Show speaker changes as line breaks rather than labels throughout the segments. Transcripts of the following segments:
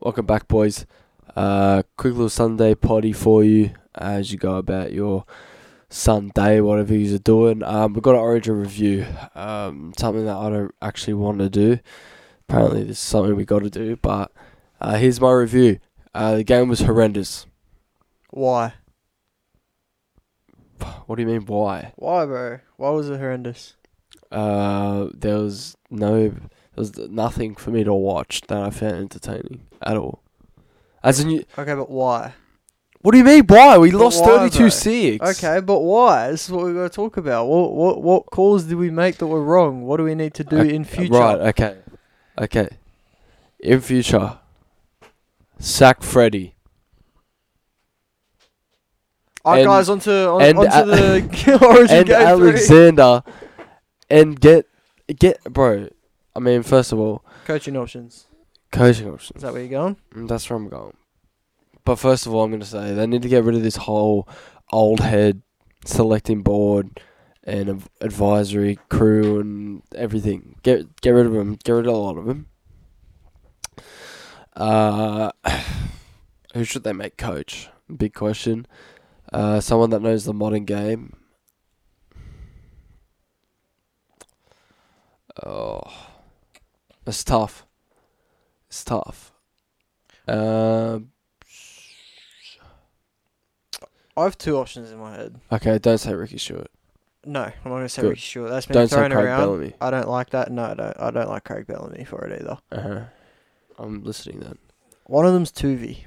Welcome back, boys. Uh, quick little Sunday potty for you as you go about your Sunday, whatever you're doing. Um, we've got an Origin review, um, something that I don't actually want to do. Apparently, this is something we got to do, but uh, here's my review. Uh, the game was horrendous.
Why?
What do you mean, why?
Why, bro? Why was it horrendous?
Uh, there was no, there was nothing for me to watch that I found entertaining at all. As in, you,
Okay, but why?
what do you mean? Why we
But
lost
why,
thirty-two six?
Okay, but why? This is what we got to talk about. What what what calls did we make that were wrong? What do we need to do
Okay,
in future?
Right. Okay. Okay. In future, sack Freddy.
All right,
And-
guys, onto on,
and,
onto
uh,
the Origin
and
game three.
Alexander, and get get bro. I mean, first of all,
Coaching options.
coaching options.
Is that where you're going?
Mm, That's where I'm going. But first of all, I'm going to say they need to get rid of this whole old head selecting board and av- advisory crew and everything. Get get rid of them. Get rid of a lot of them. Uh, who should they make coach? Big question. Uh, someone that knows the modern game. Oh, it's tough. It's tough. Uh,
I have two options in my head.
okay, don't say Ricky Stewart.
No, I'm not gonna say
Good.
Ricky Stewart. That's been
Don't say
thrown
Craig
around.
Bellamy.
I don't like that. No, I don't. I don't like Craig Bellamy for it either.
Uh huh. I'm listening then.
One of them's Tuvey.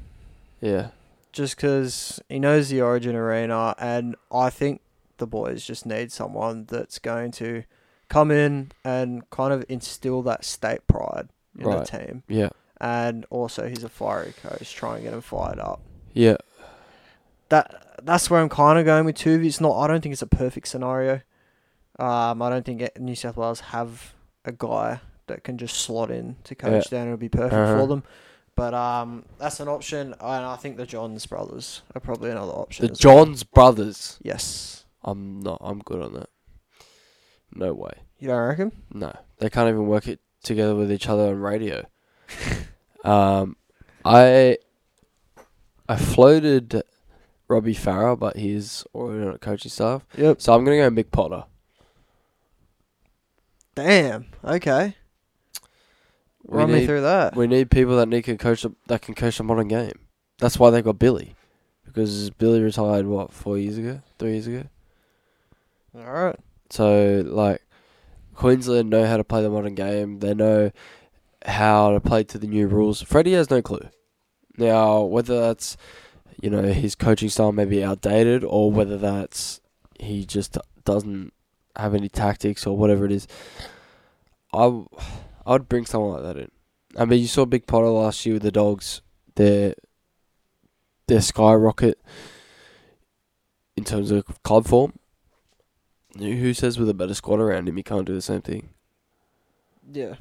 Yeah.
just because he knows the Origin arena, and I think the boys just need someone that's going to come in and kind of instill that state pride in the
Right.
team.
Yeah.
And also, he's a fiery coach, try and get him fired up.
Yeah.
That that's where I'm kind of going with Tuvi. It's not. I don't think it's a perfect scenario. Um, I don't think it- New South Wales have a guy that can just slot in to coach down. It would be perfect
Uh-huh.
for them. But um, that's an option, and I think the Johns brothers are probably another option.
The
as well.
Johns brothers.
Yes.
I'm not. I'm good on that. No way.
You don't reckon?
No, they can't even work it together with each other on radio. um, I I floated Robbie Farah, but he's already on coaching staff.
Yep.
So I'm gonna go Mick Potter.
Damn. Okay.
We
Run
need,
me through that.
We need people that need can coach the- that can coach a modern game. That's why they got Billy, because Billy retired what four years ago, three years ago.
All right.
So like Queensland know how to play the modern game. They know how to play to the new rules. Freddie has no clue. Now whether that's you know his coaching style may be outdated or whether that's he just doesn't have any tactics or whatever it is. I w- I would bring someone like that in. I mean, you saw Big Potter last year with the Dogs. Their their skyrocket in terms of club form. Who who says with a better squad around him he can't do the same thing?
Yeah.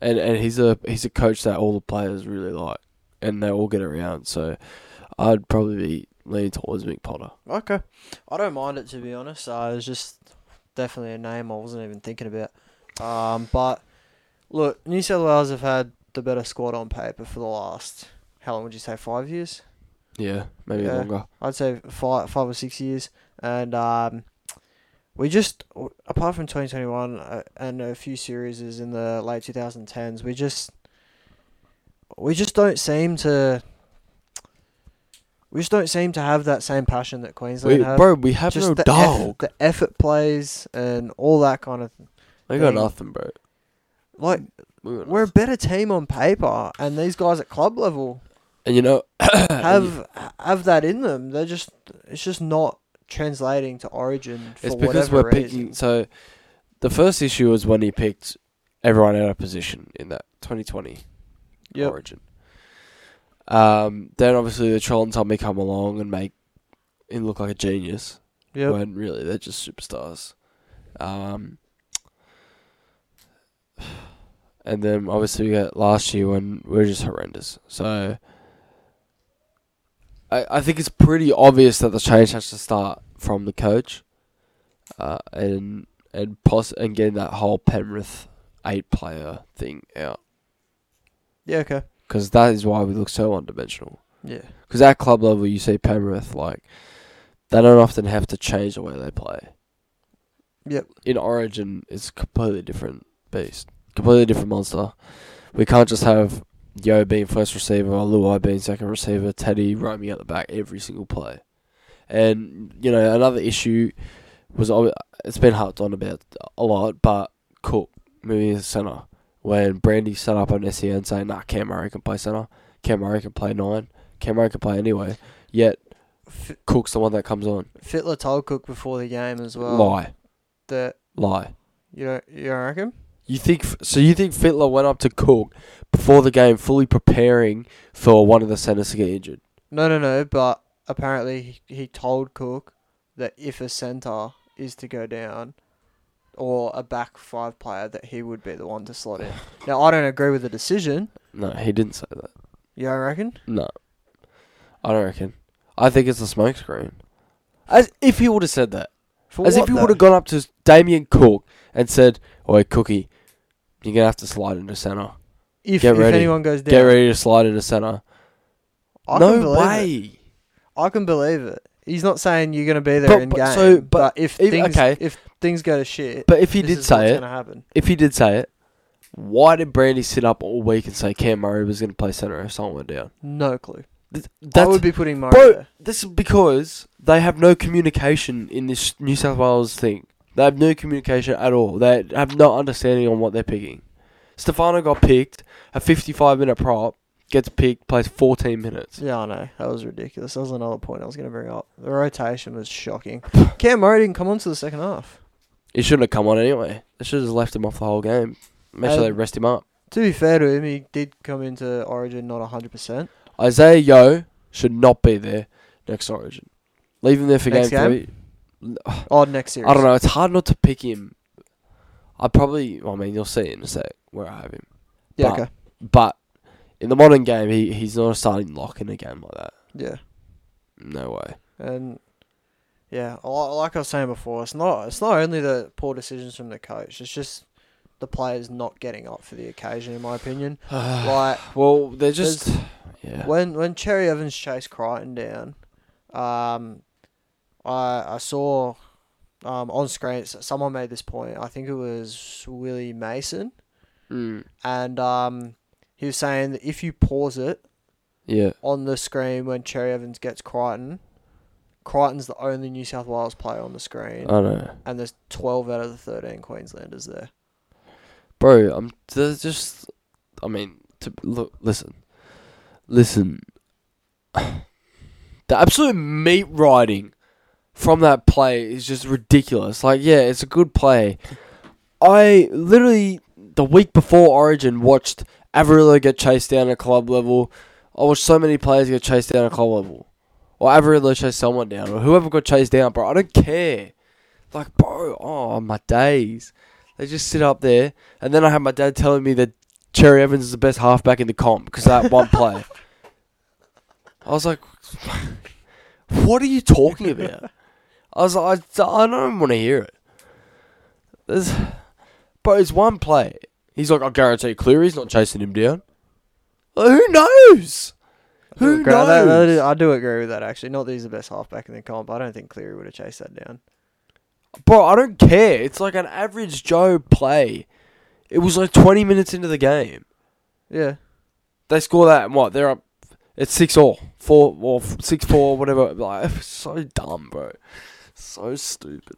And and he's a he's a coach that all the players really like, and they all get around. So I'd probably be leaning towards Mick Potter.
Okay. I don't mind it to be honest. Uh, it was just definitely a name I wasn't even thinking about. Um, but look, New South Wales have had the better squad on paper for the last how long would you say five years?
Yeah, maybe
Yeah.
longer.
I'd say five five or six years, and um, we just apart from twenty twenty one uh, and a few series in the late two thousand tens, we just we just don't seem to. We just don't seem to have that same passion that Queensland
We,
have.
bro, we have
just
no
the,
dog.
Effort, the effort plays and all that kind of
They got
thing.
nothing, bro.
like
We got
we're a
nothing.
better team on paper, and these guys at club level
and you know and you-
have have that in them. They're just it's just not translating to Origin for
it's because
whatever
we're
reason.
picking. So the first issue was when he picked everyone out of position in that 2020.
Yep.
origin. Um, then obviously the Trolls help me come along and make him look like a genius.
Yep.
When really they're just superstars. Um, and then obviously we got last year when we were just horrendous. So I I think it's pretty obvious that the change has to start from the coach. Uh, and and poss- and getting that whole Penrith eight player thing out.
Yeah. Okay.
because that is why we look so one-dimensional.
Yeah.
Because at club level, you see Penrith like they don't often have to change the way they play.
Yep.
In Origin, it's a completely different beast, completely different monster. We can't just have Yo being first receiver, Luai being second receiver, Teddy roaming at the back every single play. And you know another issue was ob- it's been harped on about a lot, but Cook moving to centre when Brandy set up on SEN saying, "Nah, Cam Murray can play centre, Cam Murray can play nine, Cam Murray can play anyway." Yet
F-
Cook's the one that comes on.
Fitler told Cook before the game as well
lie,
that
lie.
you don't you don't reckon?
You think so? You think Fitler went up to Cook before the game, fully preparing for one of the centers to get injured?
No, no, no. But apparently he, he told Cook that if a centre is to go down or a back five player, that he would be the one to slot in. Now I don't agree with the decision.
No, he didn't say that.
You don't reckon?
No, I don't reckon. I think it's a smokescreen. As if he would have said that.
For
As
what,
if he
though?
would have gone up to Damien Cook and said, "Oi, Cookie, you're gonna have to slide into center.
If,
Get
if
ready.
anyone goes down,
Get ready to slide into center."
I can
no
believe
way.
It. I can believe it. He's not saying you're going to be there
But-
in
but-
game.
so-
but, if
if-
things
okay.
if things go to shit,
But if he
this
did
is
say
what's
it,
gonna happen.
if he did say it, why did Brandy sit up all week and say Cam Murray was going to play center if someone went down?
No clue.
Th-
I
That's
would be putting Murray
Bro-
there.
This is because they have no communication in this New South Wales thing. They have no communication at all. They have no understanding on what they're picking. Stefano got picked, a 55 minute prop, gets picked, plays 14 minutes.
Yeah, I know. That was ridiculous. That was another point I was going to bring up. The rotation was shocking. Cam Murray didn't come on to the second half.
He shouldn't have come on anyway. They should have just left him off the whole game. Make sure
Um,
they rest him up.
To be fair to him, he did come into Origin not 100%.
Isaiah Yo should not be there next Origin. Leave him there for
Next
game,
game?
three.
Oh, next series.
I don't know. It's hard not to pick him. I probably. I mean, you'll see in a sec where I have him.
Yeah,
but-
okay.
But in the modern game, he, he's not a starting lock in a game like that.
Yeah.
No way.
And yeah, I- like I was saying before, it's not it's not only the poor decisions from the coach. It's just the players not getting up for the occasion, in my opinion. Like
well, they're just. Yeah.
when when Cherry Evans chased Crichton down, um, I I saw um, on screen s- someone made this point. I think it was Willie Mason,
Mm.
and um, he was saying that if you pause it
Yeah.
on the screen when Cherry Evans gets Crichton, Crichton's the only New South Wales player on
I
the screen,
know,
and there's twelve out of the thirteen Queenslanders there.
bro. I'm there's just. I mean, to look, listen, listen. the absolute meat riding from that play is just ridiculous. Like, yeah, it's a good play. I literally the week before Origin watched Averillo get chased down at club level. I watched so many players get chased down at club level, or Averillo chased someone down, or whoever got chased down, bro. I don't care. Like, bro, oh my days. They just sit up there, and then I had my dad telling me that Cherry Evans is the best halfback in the comp because that one play. I was like, what are you talking about? I was like, I, I don't want to hear it. There's, but it's one play. He's like, I guarantee Cleary's not chasing him down. Like, who knows?
I do
Who
agree- that- that
knows?
is- I do agree with that actually. Not that he's the best halfback in the comp. I don't think Cleary would have chased that down.
Bro, I don't care. It's like an average Joe play. It was like 20 minutes into the game.
Yeah.
They score that, and what? They're up. It's 6 all. 4 or 6 4, whatever. Like, it's so dumb, bro. So stupid.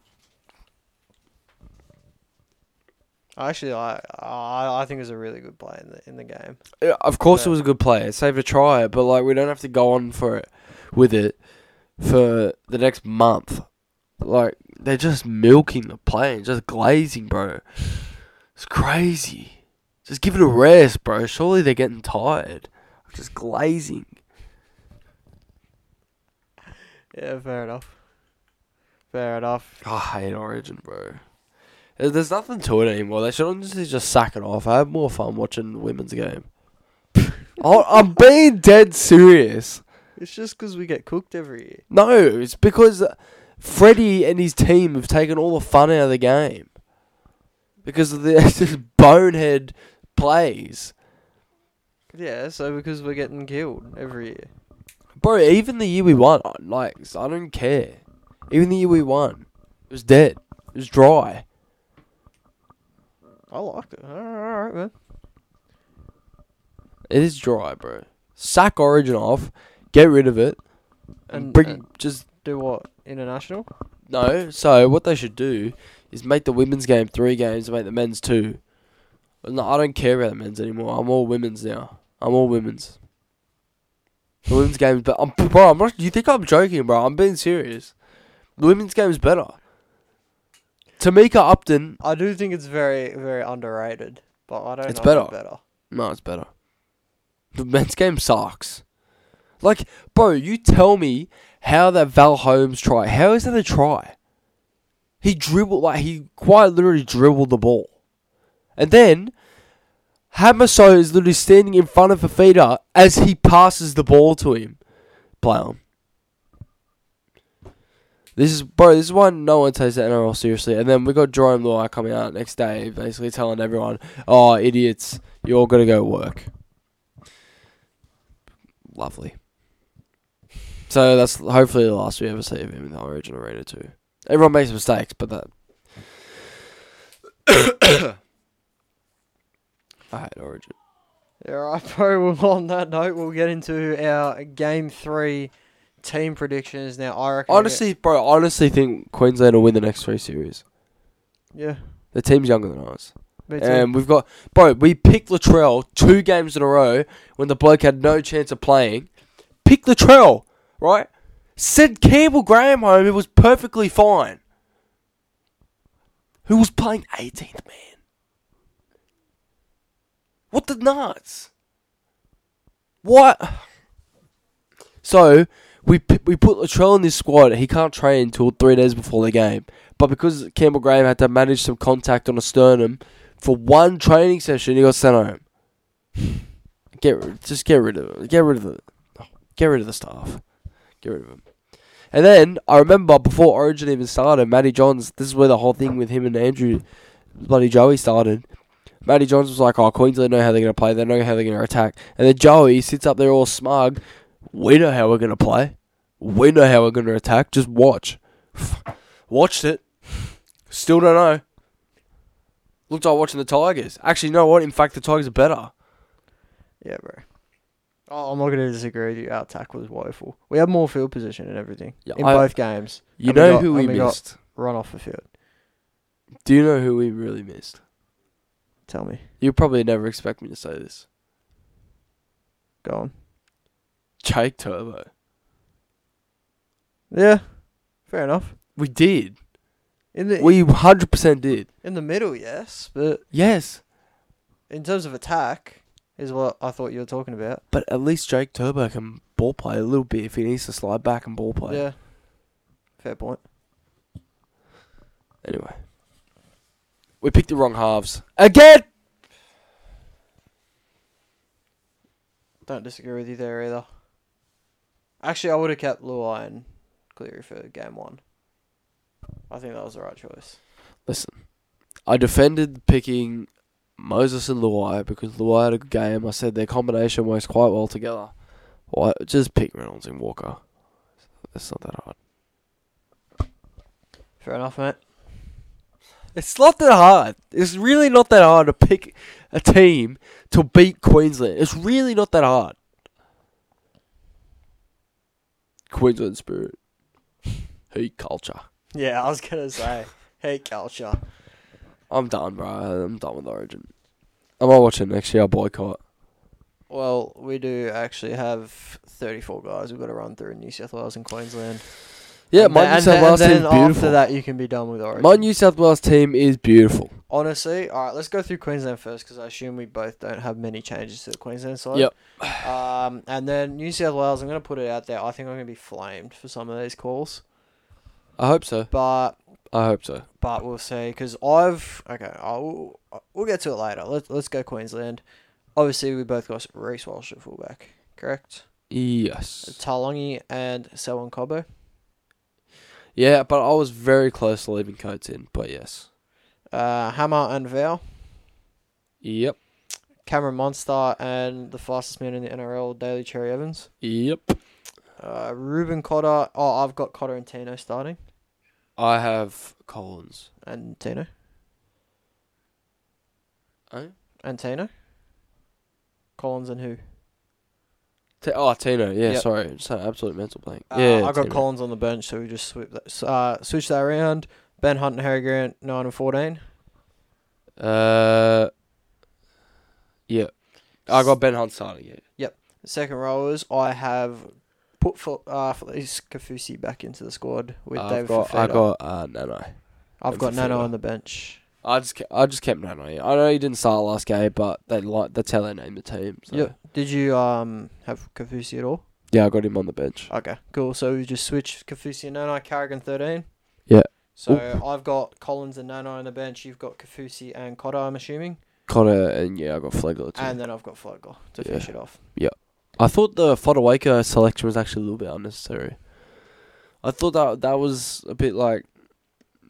Actually, I I, I think it was a really good play in the in the game.
Yeah, Of course, it
Yeah.
was a good play. It saved a try, but like we don't have to go on for it with it for the next month. Like they're just milking the play and just glazing, bro. It's crazy. Just give it a rest, bro. Surely they're getting tired. Just glazing.
Yeah, fair enough. Fair enough.
I hate Origin, bro. There- There's nothing to it anymore. They should honestly just sack it off. I have more fun watching the women's game. I- I'm being dead serious.
It's just because we get cooked every year.
No, it's because Freddie and his team have taken all the fun out of the game because of the just bonehead plays.
Yeah, so because we're getting killed every year.
Bro, even the year we won, I- like, I don't care. Even the year we won, it was dead. It was dry.
I liked it. All right, all right man.
It is dry, bro. Sack Origin off, get rid of it, and,
And, uh,
bring
and
just
do what? International?
no. So what they should do is make the women's game three games and make the men's two. But no, I don't care about the men's anymore. I'm all women's now. I'm all women's. The women's game's better. I'm, bro, I'm not. You think I'm joking, bro? I'm being serious. The women's game's better. Tamika Upton.
I do think it's very, very underrated, but I don't
It's
know if
No, it's better. The men's game sucks. Like, bro, you tell me how that Val Holmes try. How is that a try? He dribbled like he quite literally dribbled the ball, and then Hamaso is literally standing in front of Fafita as he passes the ball to him. Play on. This is bro. This is why no one takes the NRL seriously. And then we got Jerome Law coming out next day, basically telling everyone, "Oh, idiots, you all got to go work." Lovely. So that's hopefully the last we ever see of him in the Origin Arena too. Everyone makes mistakes, but that. I hate Origin.
Yeah, right, bro. Well, on that note, we'll get into our game three team predictions now. I reckon. we get-
Honestly, bro, I honestly think Queensland will win the next three series.
yeah.
The team's younger than ours.
Me too.
And we've got, bro, we picked Latrell two games in a row when the bloke had no chance of playing. Pick Latrell, right? Sent Campbell Graham home, who was perfectly fine. Who was playing 18th man? What the nuts? What? So we p- we put Latrell in this squad. He can't train until three days before the game. But because Campbell Graham had to manage some contact on a sternum for one training session, he got sent home. Get rid- just get rid of it. Get rid of the get rid of the staff. Get rid of him. And then I remember before Origin even started, Matty Johns. This is where the whole thing with him and Andrew, bloody Joey, started. Matty Johns was like, "Oh, Queensland know how they're gonna play. They know how they're gonna attack." And then Joey sits up there all smug. We know how we're gonna play. We know how we're gonna attack. Just watch. Watched it. Still don't know. Looked like watching the Tigers. Actually, you know what? In fact, the Tigers are better.
yeah, bro. Oh, I'm not going to disagree with you. Our tackle was woeful. We had more field position and everything
Yeah,
in
I-
both games.
You
And we
know
got-
who we
and we got-
missed.
Run off the field.
Do you know who we really missed?
Tell me.
You probably never expect me to say this.
Go on.
Jake Turbo.
Yeah. Fair enough.
We did.
In the
We 100% did.
in the middle, yes, but
Yes.
in terms of attack, is what I thought you were talking about.
But at least Jake Turbo can ball play a little bit if he needs to slide back and ball play.
Yeah. Fair point.
Anyway. We picked the wrong halves. Again!
Don't disagree with you there either. Actually, I would have kept Luai and Cleary for game one. I think that was the right choice.
I defended picking Moses and Luai because Luai had a good game. I said their combination works quite well together. Why just pick Reynolds and Walker. That's not that hard.
Fair enough, mate.
It's not that hard. It's really not that hard to pick a team to beat Queensland. It's really not that hard. Queensland spirit. Heat culture.
Yeah, I was gonna say hate culture.
I'm done, bro. I'm done with Origin. Am I watching next year? I boycott.
Well, we do actually have thirty-four guys we've got to run through in New South Wales and Queensland.
Yeah,
and
my
then-
New
and
South
then-
Wales
and
team's
then
beautiful.
After that, you can be done with Origin.
My New South Wales team is beautiful.
Honestly, all right, let's go through Queensland first because I assume we both don't have many changes to the Queensland side.
Yep.
Um, and then New South Wales, I'm going to put it out there. I think I'm going to be flamed for some of these calls,
I hope so.
but
I hope so.
but we'll see because I've okay. I'll we'll get to it later. Let's let's go Queensland. Obviously, we both got Reese Walsh at fullback, correct?
Yes.
Talongi and Selwyn Cobbo.
Yeah, but I was very close to leaving Coates in, but yes.
Uh, Hammer and Val.
Yep.
Cameron Monster and the fastest man in the NRL, Daly Cherry Evans.
Yep.
Uh, Ruben Cotter. Oh, I've got Cotter and Tino starting.
I have Collins.
And Tino. Eh?
Oh?
And Tino. Collins and who?
T- oh, Tino. Yeah,
Yep.
sorry. Just had an absolute mental blank.
Uh,
yeah,
I got
Tino.
Collins on the bench, so we just sweep that, s- uh, switch that around. Ben Hunt and Harry Grant, 9 and 14.
Uh, yeah. I got Ben Hunt starting it.
Second rowers, I have put for, uh, Felice Kafusi back into the squad with
I've
David
got, I
Fafita.
got uh, Nano.
I've
and
got Nano
Fafita.
on the bench.
I just ke- I just kept Nano. Yeah. I know he didn't start last game, but they like that's how they named the team. So.
Yep. Did you um have Kafusi at all?
Yeah, I got him on the bench.
Okay, cool. So we just switch Kafusi and Nano, Carrigan 13.
Yeah.
So I've got Collins and Nano on the bench. You've got Kafusi and Cotter, I'm assuming.
Cotter and yeah, I got Flegler too.
And then I've got Flagler to
Yeah.
finish it off.
I thought the Fodawaker selection was actually a little bit unnecessary. I thought that that was a bit like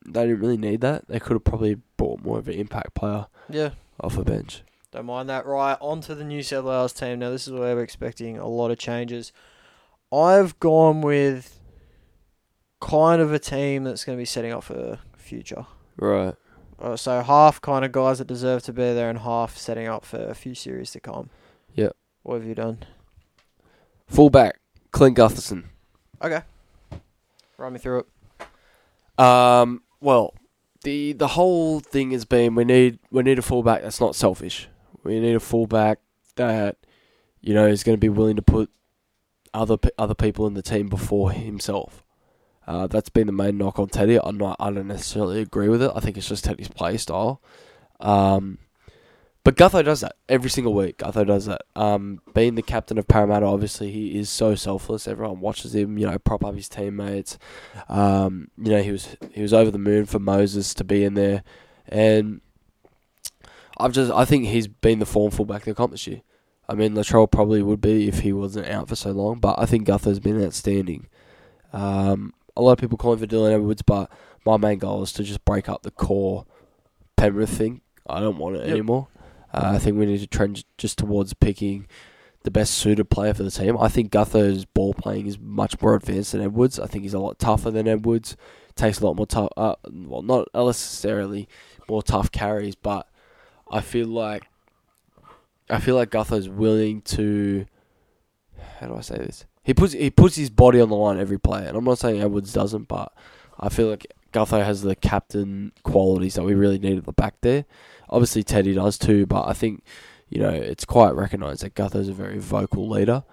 they didn't really need that. They could have probably bought more of an impact player
Yeah.
off a bench.
Don't mind that. Right, on to the New South Wales team. Now, this is where we're expecting a lot of changes. I've gone with kind of a team that's going to be setting up for future.
Right.
Uh, so, half kind of guys that deserve to be there and half setting up for a few series to come.
Yeah.
What have you done?
Fullback Clint Gutherson.
Okay. Run me through it.
Um. Well, the the whole thing has been we need we need a fullback that's not selfish. We need a fullback that you know is going to be willing to put other pe- other people in the team before himself. Uh, that's been the main knock on Teddy. I'm not. I don't necessarily agree with it. I think it's just Teddy's play style. Um, but Gutho does that every single week. Gutho does that. Um, being the captain of Parramatta, obviously he is so selfless. Everyone watches him. You know, prop up his teammates. Um, you know, he was he was over the moon for Moses to be in there, and I've just I think he's been the form fullback of the comp this year. I mean, Latrell probably would be if he wasn't out for so long, but I think Gutho's been outstanding. Um, a lot of people calling for Dylan Edwards, but my main goal is to just break up the core Penrith thing. I don't want it
Yep.
anymore. Uh, I think we need to trend j- just towards picking the best suited player for the team. I think Gutho's ball playing is much more advanced than Edwards. I think he's a lot tougher than Edwards. Takes a lot more tough. Uh, well, not necessarily more tough carries, but I feel like I feel like Gutho's willing to. How do I say this? He puts he puts his body on the line every play, and I'm not saying Edwards doesn't, but I feel like Gutho has the captain qualities that we really need at the back there. Obviously, Teddy does too, but I think you know it's quite recognised that Gutho's a very vocal leader.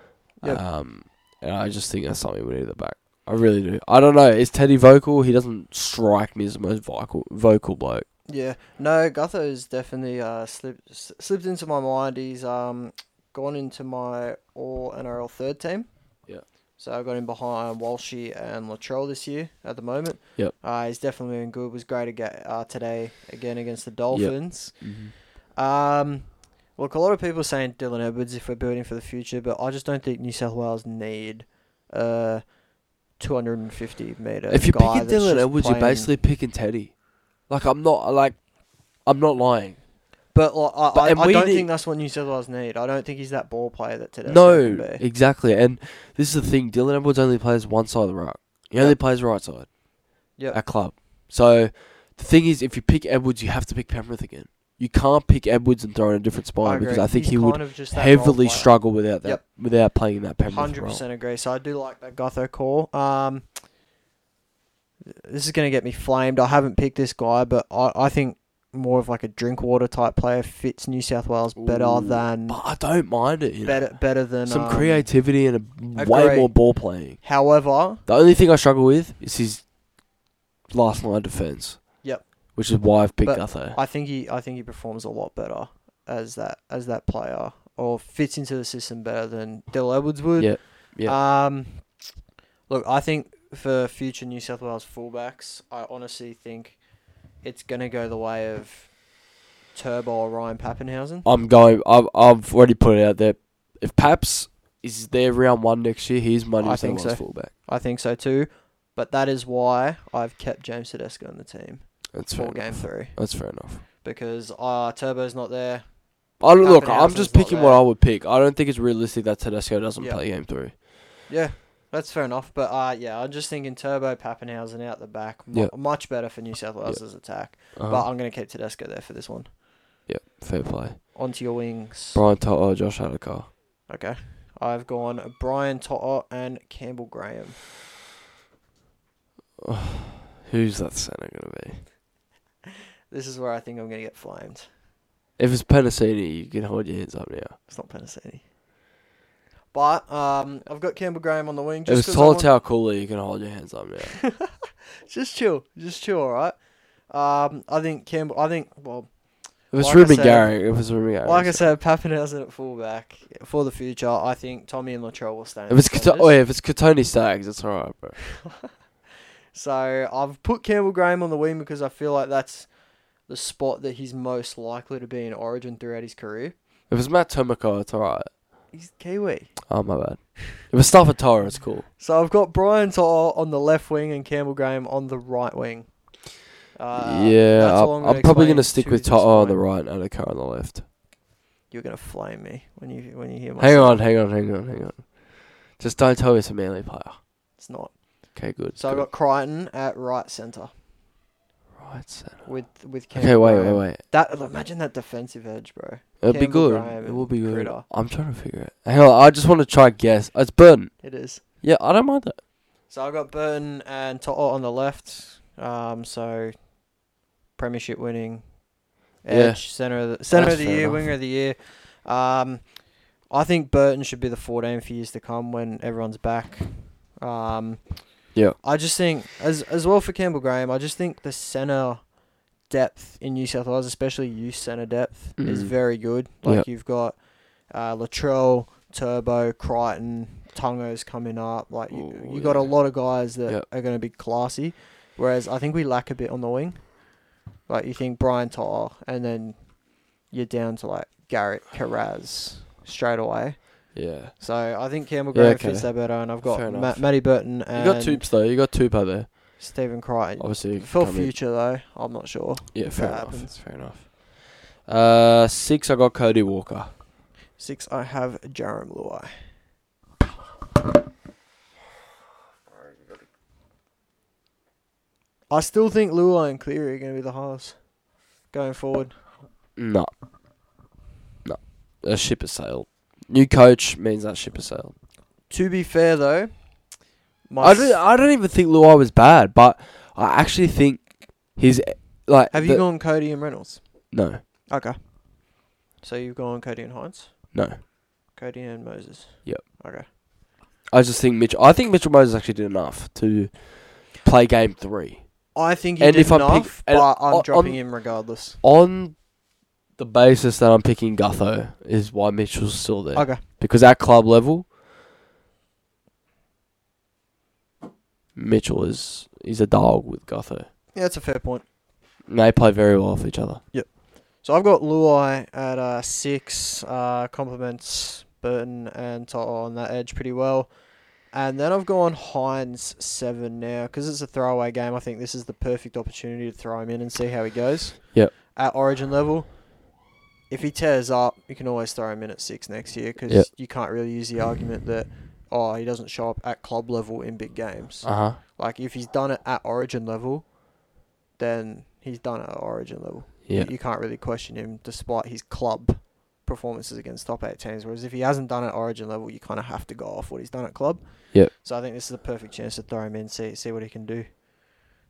Yep.
Um, and I just think that's something we need at the back. I really do. I don't know. Is Teddy vocal? He doesn't strike me as the most vocal vocal bloke.
Yeah, no, Gutho's definitely uh, slipped s- slipped into my mind. He's um gone into my All NRL third team.
Yeah.
So I got him behind Walshy and Latrell this year at the moment.
Yep.
Uh, he's definitely been good. Was great aga uh, today again against the Dolphins.
Mm-hmm.
Um, look, a lot of people are saying Dylan Edwards if we're building for the future, but I just don't think New South Wales need uh 250 meter.
If you're
guy
picking
that's
Dylan
just
Edwards, you're
playing-
basically picking Teddy. Like I'm not like I'm not lying.
But like, I,
But-
I,
and
I
we
don't
need-
think that's what New South Wales need. I don't think he's that ball player that today.
no, exactly. And this is the thing: Dylan Edwards only plays one side of the rock. He only
Yep.
plays right side
Yep.
at club. So the thing is, if you pick Edwards, you have to pick Penrith again. You can't pick Edwards and throw in a different spine because I think he would heavily struggle without that
Yep.
without playing in that Penrith
Hundred
role.
percent agree. So I do like that Gutho call. Um, this is gonna get me flamed. I haven't picked this guy, but I, I think more of like a drink water type player fits New South Wales better
Ooh,
than
But I don't mind it. You know.
better better than
Some
um,
creativity and a way
agree.
more ball playing.
However,
The only thing I struggle with is his last line of defense.
Yep.
Which is why I've picked
But
Gutho.
I think he I think he performs a lot better as that as that player or fits into the system better than Dell Edwards would.
Yeah,
Um look, I think for future New South Wales fullbacks, I honestly think it's gonna go the way of Turbo or Ryan Pappenhausen.
I'm going. I've, I've already put it out there. If Paps is there round one next year, he's my
I
New South
think
Wales
so.
fullback.
I think so too. But that is why I've kept James Tedesco on the team
That's fair.
for game
enough.
three.
That's fair enough.
Because uh Turbo's not there.
I don't, look,
Pappenhausen's
I'm just
not
picking what
there.
I would pick. I don't think it's realistic that Tedesco doesn't
Yeah.
play game three.
Yeah, that's fair enough. But uh, yeah, I'm just thinking Turbo Pappenhausen out the back. Mu-
Yeah.
Much better for New South Wales' attack. But
Uh,
I'm going to keep Tedesco there for this one.
fair play.
Onto your wings.
Brian Toto, Josh Adakar.
okay. I've gone Brian Totter and Campbell Graham.
Who's that centre going to be?
This is where I think I'm going to get flamed.
If it's Penasini, you can hold your hands up now.
It's not Penasini. But um, I've got Campbell Graham on the wing.
If
Just
it's
'cause I
Tall
want-
Tower Cooley, you can hold your hands up now.
just chill, just chill. All right. Um, I think Campbell. I think well,
If it's
Like I
Ruben
said-
Garrick, if it's Ruben Garrick.
like I said, Pappenhausen at fullback for the future. I think Tommy and Latrell will stay. in
if it's
the
Kato-
centres.
oh yeah, if it's Katoni Staggs, it's alright, bro.
So I've put Campbell Graham on the wing because I feel like that's the spot that he's most likely to be in Origin throughout his career.
If it's Matt Tomiko, it's alright.
He's Kiwi.
Oh my bad. If it's Stafford Torre, it's cool.
So I've got Brian To'o on the left wing and Campbell Graham on the right wing. Uh,
yeah,
that's all
I'm, I'm
gonna
probably
explain
gonna stick
to
with
this
Toto on the
point.
right and Adakar on the left.
You're gonna flame me when you when you hear my.
Hang on, hang on, hang on, hang on. Just don't tell me it's a Manly player.
It's not.
Okay, good.
So I've
good.
got Crichton at right centre.
right centre.
with with
Okay, wait, wait,
Graham.
wait.
That imagine that defensive edge, bro.
It'll be
Campbell
good.
Graham
It will be
and
good.
Critter.
I'm trying to figure it. Hang on, I just want to try guess. It's Burton.
It is.
Yeah, I don't mind that.
So I've got Burton and Toto on the left. Um, so Premiership winning
Yeah.
edge center of the, center
That's
of the
fair
year,
enough.
winger of the year. Um, I think Burton should be the 14 for years to come when everyone's back. Um,
Yeah.
I just think as as well for Campbell Graham, I just think the center depth in New South Wales, especially youth center depth, is
Mm.
very good. Like
Yep.
you've got uh, Latrell, Turbo, Crichton, Tungo's coming up. Like you,
Ooh,
you got a
yeah.
lot of guys that
Yep.
are going to be classy, whereas I think we lack a bit on the wing. Like you think Brian Tyler, and then you're down to like Garrett Carraz straight away.
Yeah.
So I think Campbell
Yeah,
Graham
okay.
fits there better, and I've
Fair
got Ma-
enough.
Matty Burton and
you got Toops though. You got Tooper there.
Stephen Crichton.
Obviously, it
For
come in.
future though, I'm not sure.
Yeah,
if
fair
that
enough.
happens.
Fair enough. Uh, six. I got Cody Walker.
Six, I have Jaron Luai. I still think Luai and Cleary are going to be the highest going forward.
No. No. The ship has sailed. New coach means that ship has sailed.
To be fair though, my
I
s-
don't, I don't even think Luai was bad, but I actually think he's like.
have
the-
you gone Cody and Reynolds?
No,
Okay. So you've gone Cody and Hines,
no.
Cody and Moses.
Yep.
Okay.
I just think Mitchell. I think Mitchell Moses actually did enough to play game three
I think he
And
did
if I pick-
enough,
and
but
o-
I'm
on-
dropping him regardless.
on the basis that I'm picking Gutho is why Mitchell's still there
Okay.
because at club level, Mitchell is is a dog with Gutho.
Yeah, that's a fair point.
And they play very well off each other.
So I've got Luai at uh, six, uh, complements Burton and Toto on that edge pretty well. And then I've gone Hines seven now because it's a throwaway game. I think this is the perfect opportunity to throw him in and see how he goes.
Yep.
At Origin level, if he tears up, you can always throw him in at six next year because
Yep.
you can't really use the argument that oh he doesn't show up at club level in big games.
Uh huh.
Like if he's done it at Origin level, then he's done it at Origin level
Yeah.
you can't really question him despite his club performances against top eight teams. Whereas if he hasn't done it at origin level, you kind of have to go off what he's done at club.
Yep.
So I think this is the perfect chance to throw him in, see see what he can do.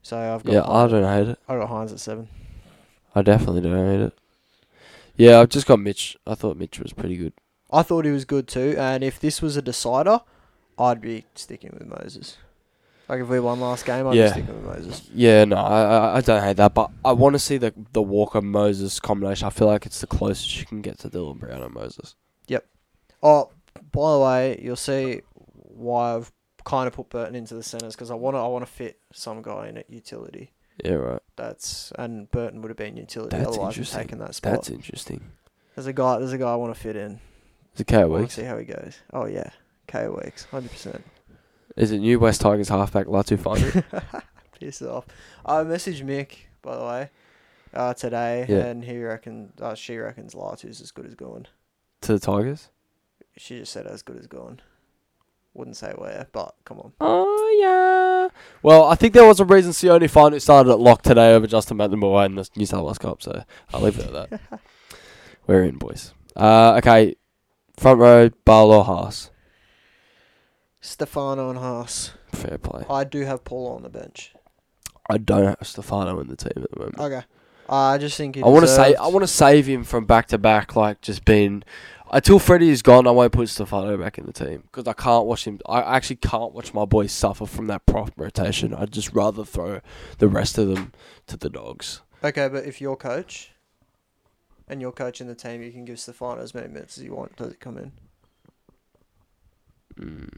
So I've got
Yeah, I don't hate it.
I got Hines at seven.
I definitely don't hate it. Yeah, I've just got Mitch. I thought Mitch was pretty good.
I thought he was good too, and if this was a decider, I'd be sticking with Moses. Like if we won last game, I'd
Yeah.
be sticking with Moses.
Yeah, no, I I, I don't hate that, but I want to see the the Walker Moses combination. I feel like it's the closest you can get to Dylan Brown and Moses.
Oh, by the way, you'll see why I've kind of put Burton into the centres because I want to I want to fit some guy in at utility.
Yeah, right.
That's and Burton would have been utility.
That's
otherwise, he's
interesting.
taken that spot.
That's interesting.
There's a guy. There's a guy I want to fit in.
Is it K
I want to
Weeks?
see how he goes. Oh yeah, K Weeks, hundred percent.
Is it new West Tigers halfback Latu Fine?
Piss off. I messaged Mick by the way, uh, today,
Yeah.
and he reckon uh, she reckons Latu's as good as gone.
to the Tigers.
She just said as good as gone. Wouldn't say where, but come on.
Oh yeah. Well, I think there was a reason Sione Fanu started at lock today over Justin McNamara in the New South Wales Cup, so I'll leave it at that. We're in, boys. Uh, okay, front row, Barlow Haas.
Stefano and Haas.
Fair play.
I do have Paul on the bench.
I don't have Stefano in the team at the moment.
Okay. I just think he
I want to say
deserved-
I want to save him from back to back, like just being. Until Freddie is gone, I won't put Stefano back in the team because I can't watch him. I actually can't watch my boys suffer from that prop rotation. I'd just rather throw the rest of them to the dogs.
Okay, but if you're coach and you're coaching the team, you can give Stefano as many minutes as you want. Does it come in?
Mm.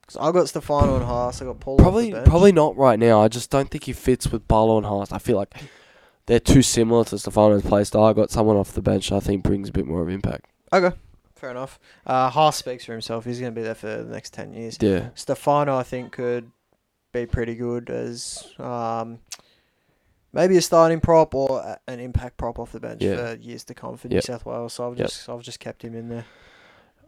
Because I got Stefano and Haas. I got Paul. off the
Probably,
bench.
probably not right now. I just don't think he fits with Barlow and Haas. I feel like they're too similar to Stefano's play style. I got someone off the bench I think brings a bit more of impact.
Okay, fair enough. Uh, Haas speaks for himself. He's going to be there for the next ten years.
Yeah,
Stefano, I think, could be pretty good as um, maybe a starting prop or a- an impact prop off the bench
Yeah.
for years to come for New
Yep.
South Wales. So I've
Yep.
just I've just kept him in there.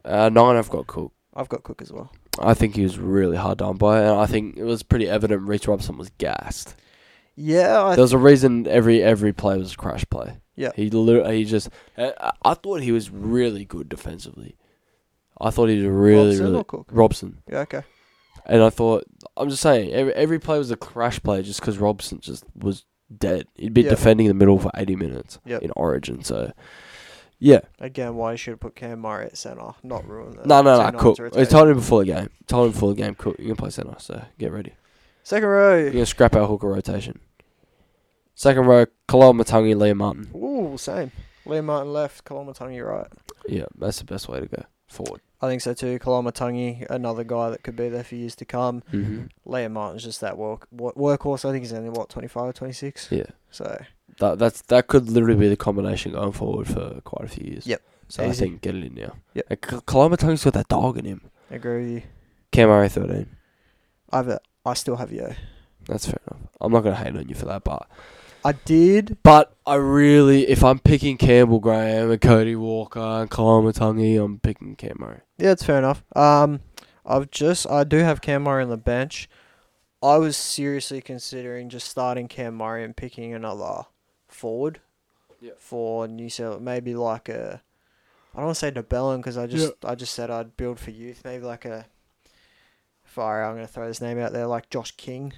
uh, nine. I've got Cook.
I've got Cook as well.
I think he was really hard done by, and I think it was pretty evident. Reece Robson was gassed.
Yeah, I
There was a reason every every play was a crash play.
Yeah.
he literally he just. I, I- I thought he was really good defensively. I thought he was really
Robson
really
or Cook.
Robson.
Yeah, okay.
And I thought, I'm just saying, every, every play was a crash play just because Robson just was dead. He'd been
Yeah.
defending the middle for 80 minutes
Yep.
in Origin. So, yeah.
Again, why you should have put Cam Murray at centre? Not ruin that.
No, no, no. Cook. I told him before the game. Told him before the game, Cook, you can play centre. So, get ready.
Second
You're
row.
going to scrap our hooker rotation. Second row, Kalal Matangi, Liam Martin.
Ooh, same. Liam Martin left. Kalama Tungy right.
Yeah, that's the best way to go. Forward.
I think so too. Kalama Tungy, another guy that could be there for years to come.
Mm-hmm.
Liam Martin's just that work wo- workhorse. I think he's only what 25, 26.
Yeah.
So
That, that's, that could literally be the combination going forward for quite a few years.
Yep.
So, I
Easy.
think get it in now.
Yep.
And K- Kalal Matangi's got that dog in him.
agree with you.
Cam Murray, 13.
I've a, I still have you.
That's fair enough. I'm not gonna hate on you for that, but
I did.
but I really, if I'm picking Campbell Graham and Cody Walker and Kalamatangi, I'm picking Cam Murray.
Yeah, it's fair enough. Um, I've just I do have Cam Murray on the bench. I was seriously considering just starting Cam Murray and picking another forward
Yeah.
for New Zealand. Maybe like a I don't want to say DeBellin because I just I just said I'd build for youth. Maybe like a fire. I'm gonna throw this name out there like Josh King,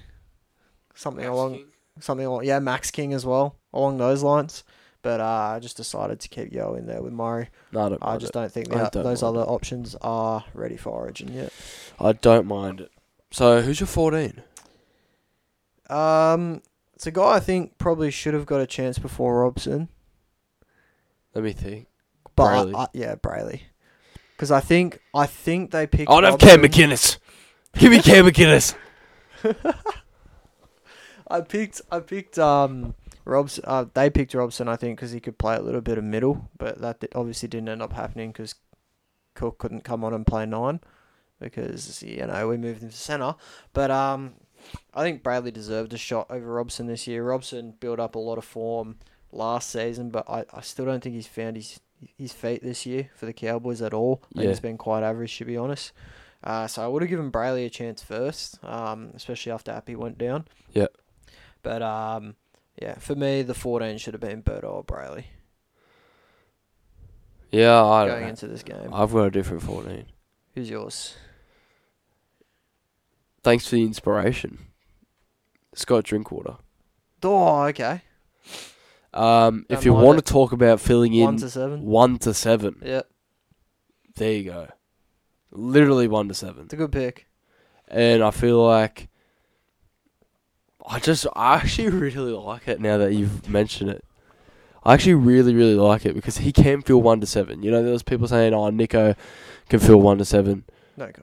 something along something along yeah Max King as well along those lines. But uh, I just decided to keep Yo in there with Murray.
No, I don't.
I
mind
just
it.
don't think
I
the,
don't
those
mind
other options are ready for Origin yet.
I don't mind it. So who's your 14?
Um, it's a guy I think probably should have got a chance before Robson,
Let me think.
but
Brayley.
I- yeah, Brayley, because I think I think they picked.
Oh, I don't have Cam
Robson.
McInnes. Give me Cam McInnes.
I picked. I picked. Um, Robson. Uh, they picked Robson, I think, because he could play a little bit of middle, but that di- obviously didn't end up happening because Cook couldn't come on and play nine because you know we moved him to center. But um, I think Bradley deserved a shot over Robson this year. Robson built up a lot of form last season, but I, I still don't think he's found his his feet this year for the Cowboys at all. I think
Yeah.
he's been quite average, to be honest. Uh, so I would have given Brayley a chance first, um, especially after Appy went down.
Yeah.
But um, yeah, for me, the 14 should have been Birdo or Brayley
Yeah, I don't.
going
Know.
into this game.
I've got a different 14.
Who's yours?
Thanks for the inspiration, Scott Drinkwater.
Oh, okay.
Um, if
Don't
you
mind
want
it.
to talk about filling in
One to seven.
one to seven,
Yeah,
there you go. Literally one to seven.
it's a good pick.
and I feel like I just I actually really like it now that you've mentioned it. I actually really really like it because he can feel one to seven. You know, there was people saying, "Oh, Nico can feel one to seven.
No, go.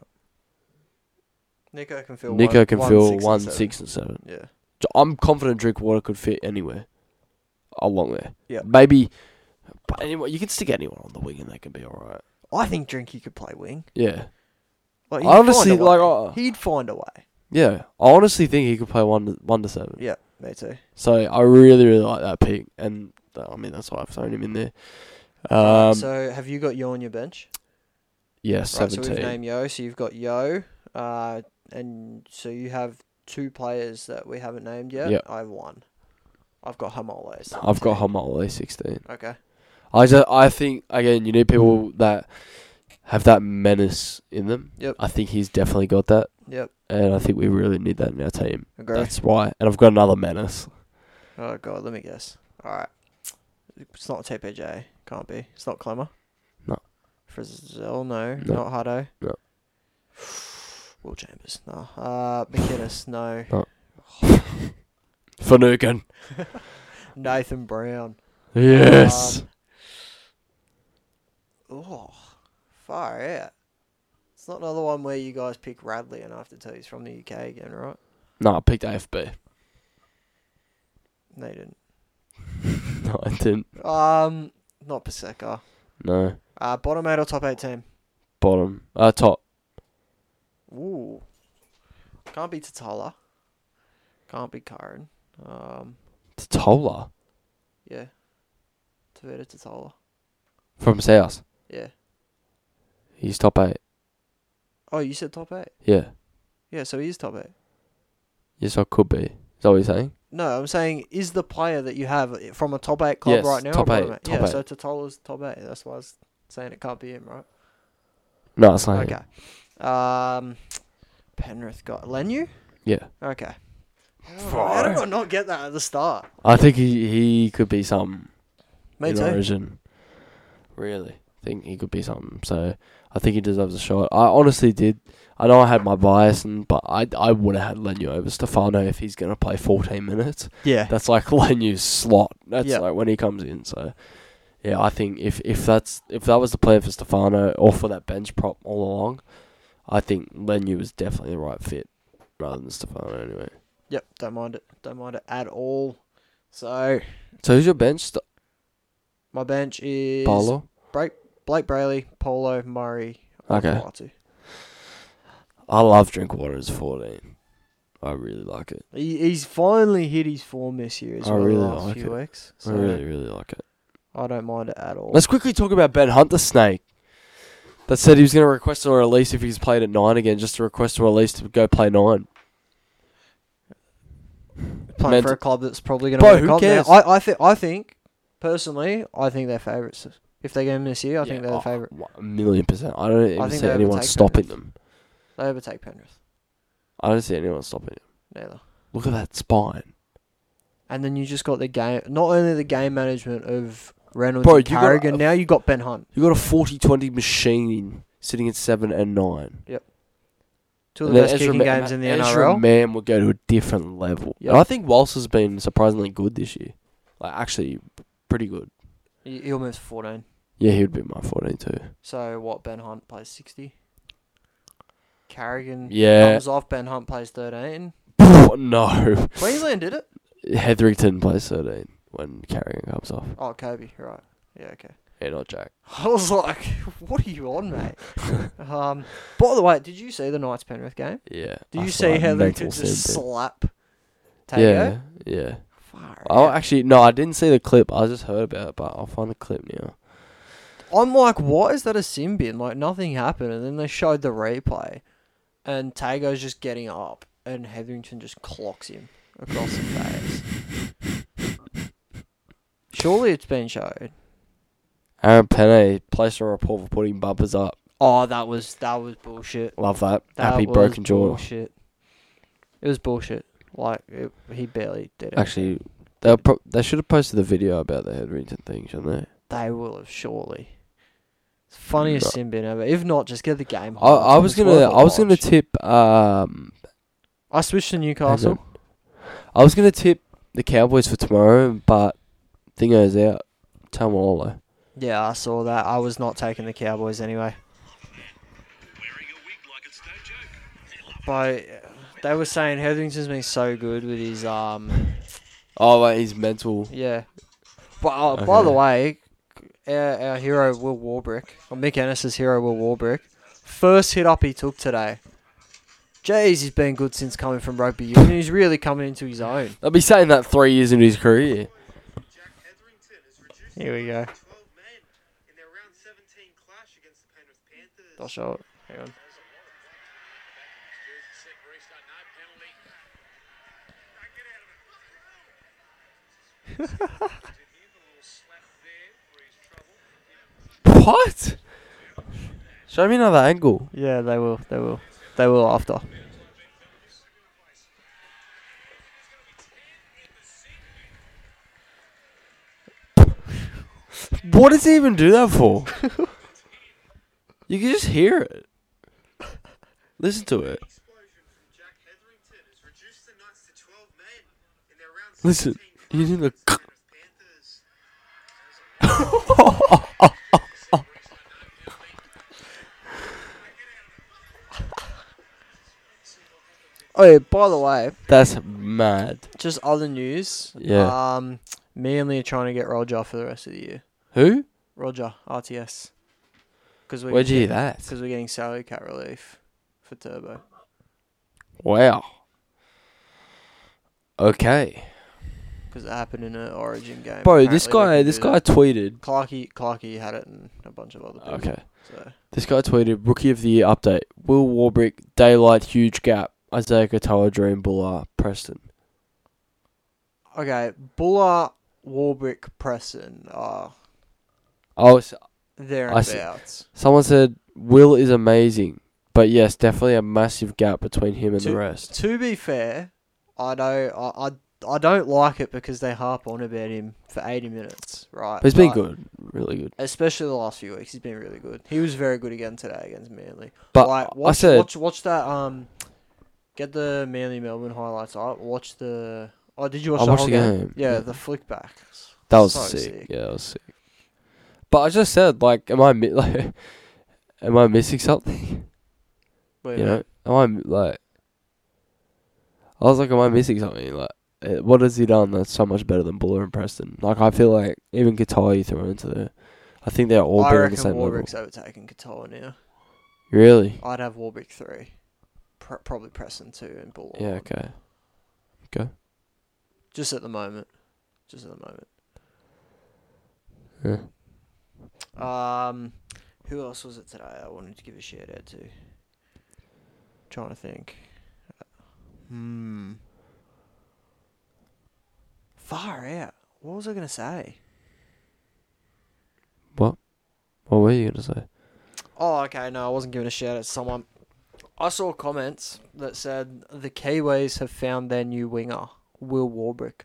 Nico can feel
Nico
one,
can
one,
feel
six, and
one
seven.
six and seven.
Yeah.
So I'm confident Drinkwater could fit anywhere along there.
Yeah.
maybe. But anyway, you can stick anyone on the wing and they can be all right.
I think Drinky could play wing.
Yeah, I
Like, he'd find
honestly,
a way.
like, uh,
he'd find a way.
yeah. I honestly think he could play one to, one to seven.
Yeah. Me too.
So I really, really like that pick, and uh, I mean that's why I've thrown him in there. Um,
so have you got Yo on your bench?
yeah,
Right,
seventeen.
so we've named Yo. So you've got Yo, uh, and so you have two players that we haven't named yet.
Yep.
I have one. I've got Hamole. so-
I've got Homole sixteen.
Okay.
I just, I think again, you need people that have that menace in them.
Yep.
I think he's definitely got that,
Yep.
and I think we really need that in our team.
Agree.
That's why. And I've got another menace.
Oh god, let me guess. All right. It's not TPJ. Can't be. It's not Clemmer.
No.
Frizzell, no.
No.
Not Hutto.
No.
Will Chambers, no. Uh, McInnes, no.
Fanukin.
Nathan Brown. Um,
Yes.
Oh, far out. It's not another one where you guys pick Radley, and I have to tell you he's from the UK again, right?
no, I picked AFB.
No, you didn't.
No, I didn't.
Um, not Paseka.
No.
Uh, bottom eight or top eight team?
Bottom. Uh, top.
Ooh. Can't be Tatala. Can't be Karen. Um,
Tola
yeah. Tavita Tatala.
from South.
Yeah.
He's top eight.
Oh, you said top eight?
Yeah.
Yeah, so he is top eight.
Yes, I could be. Is that what you're saying?
No, I'm saying is the player that you have eh, from a top eight club
Yes,
right now? or
top
bottom
eight,
eight?
top
yeah,
eight.
so Tatala's top eight. That's why I was saying it can't be him, right?
No, it's not. him.
Okay. Um, Penrith got Lenu.
Yeah.
Okay. How did I not get that at the start?
I think he, he could be some
Me
in
too.
Origin. Really. I think he could be something. So I think he deserves a shot. I honestly did. I know I had my bias, and but I, I would have had Lenu over Stefano if he's going to play 14 minutes.
Yeah.
That's like Lenu's slot. That's
Yeah.
like when he comes in. So, yeah, I think if if that's if that was the plan for Stefano or for that bench prop all along, I think Lenu was definitely the right fit rather than Stefano anyway.
Yep. Don't mind it. Don't mind it at all. So
So who's your bench? St-
my bench is
Paolo.
Blake Brayley, Polo, Murray,
Okay.
Watu.
I love Drinkwater as fourteen. I really like it.
He, he's finally hit his form this year as
I
well.
Oh, really
the last
like
few
it.
weeks. So
I really really like it.
I don't mind it at all.
Let's quickly talk about Ben Hunt the Snake. That said, he was going to request a release if he's played at nine again, just to request a release to go play nine.
Playing
Mental-
for a club that's probably going
Bro,
to win
who
a comp now.
cares?
I I, th- I think personally, I think they're favourites. If they get him this year, I think
Yeah,
they're the
oh,
favourite.
wa- A million percent. I don't even
think
see
they
anyone
overtake
stopping
Penrith.
them.
They overtake Penrith.
I don't see anyone stopping him.
Neither.
Look at that spine.
And then you just got the game, not only the game management of Reynolds
Bro,
and
you got
Carrigan,
a-
now you got Ben Hunt.
You got a 40-20 machine sitting at seven and nine.
Two of
And
the
then
best kicking
Ma-
games in the
Ezra
NRL.
Man will go to a different level.
Yep.
And I think Walsh has been surprisingly good this year. Like actually, pretty good.
He- He'll move to 14.
Yeah, he would be my fourteen too.
So what, Ben Hunt plays 60? Carrigan
Yeah.
comes off, Ben Hunt plays 13.
no,
Queensland did it?
Hetherington plays thirteen when Carrigan comes off.
Oh, Kobe, right. Yeah, okay.
Yeah, not Jack.
I was like, what are you on, mate? um, by the way, did you see the Knights Penrith game?
Yeah.
Did
I
you
saw
see
that
how they
mental
could
scene,
just
dude.
slap
Yeah,
Tago?
yeah.
Far
Oh,
out.
actually, no, I didn't see the clip. I just heard about it, but I'll find the clip now.
I'm like, why is that a Symbian? Like nothing happened, and then they showed the replay, and Tago's just getting up, and Hetherington just clocks him across the face. Surely it's been showed.
Aaron Penne placed a report for putting bumpers up.
Oh, that was that was bullshit.
Love that.
That
Happy
was
broken jaw.
Bullshit. It was bullshit. Like it, he barely did it.
Actually, they pro- they should have posted the video about the Hetherington thing, shouldn't
they will have surely. It's funniest
No.
Symbian ever. If not, just get the game.
they? I, I
highlights.
was
It's
gonna
worth a
I was gonna
watch.
tip um
I switched to Newcastle.
I was gonna tip the Cowboys for tomorrow, but Dingo's out. Tamalolo.
Yeah, I saw that. I was not taking the Cowboys anyway. But uh, they were saying Hetherington's been so good with his um
Oh, wait, he's mental.
yeah. But uh, by
Okay.
the way, our, our hero Will Warbrick, or Mick Ennis's hero Will Warbrick, first hit up he took today Jays, he's been good since coming from rugby union. He's really coming into his own.
I'll be saying that three years into his career.
Jack Hetherington is reduced
Here we go.
to 12 men in their round 17 clash against the Penrith Panthers.
I'll show it. oh, Hang on.
What? Show me another angle.
Yeah, they will. They will. They will after.
What does he even do that for? you can just hear it. Listen to it.
Explosion from Jack Hetherington has reduced the Knights to 12 men in their round 17
Listen, you need to-
clash against the Penrith Panthers.
Oh, yeah, by the way,
That's mad.
just other news.
Yeah.
Um, Manly are trying to get Roger for the rest of the year.
Who?
Roger RTS. Because we're
Where'd you hear that?
because we're getting salary cap relief for Turbo.
Wow. Okay.
Because it happened in an Origin game.
Bro, this
Apparently
guy
they
this
can do
guy
that.
tweeted
Clarkey Clarkey had it and a bunch of other people.
Okay.
So
This guy tweeted Rookie of the Year update. Will Warbrick, Daylight, Huge Gap, Isaiah Katoa, Dream Buller, Preston.
okay, Buller, Warbrick, Preston are
Oh s- see.
thereabouts.
someone said Will is amazing. But yes, definitely a massive gap between him and the
Two-
rest.
To be fair, I know I, I I don't like it because they harp on about him for eighty minutes, right?
But he's been
But
good. Really good.
Especially the last few weeks, he's been really good. He was very good again today against Manly.
But
like,
I
watch,
said
watch, watch that. Um, get the Manly Melbourne highlights up. Watch the. Oh, did you watch
I
the
watched
whole
the
game?
game,
Yeah,
yeah.
the flick backs.
That was
So
sick. Yeah, that was sick. But I just said, like, am I mi- like, am I missing something?
Wait,
You know, am I mi- like? I was like, am I missing something? Like, eh, what has he done that's so much better than Buller and Preston? Like, I feel like even Guitar you throw into there. I think they're all
I
being the
reckon
same
Warbrick's
level.
overtaking Katoa now.
Really?
I'd have Warbrick three, Pr- probably Preston two and Bull.
Yeah.
one.
Okay.
Just at the moment. Just at the moment.
Yeah.
Um, who else was it today? I wanted to give a shout out to. trying to think. Hmm. Far out. What was I gonna say?
What were you gonna say?
Oh, okay. No, I wasn't giving a shout out to someone. I saw comments that said the Kiwis have found their new winger, Will Warbrick.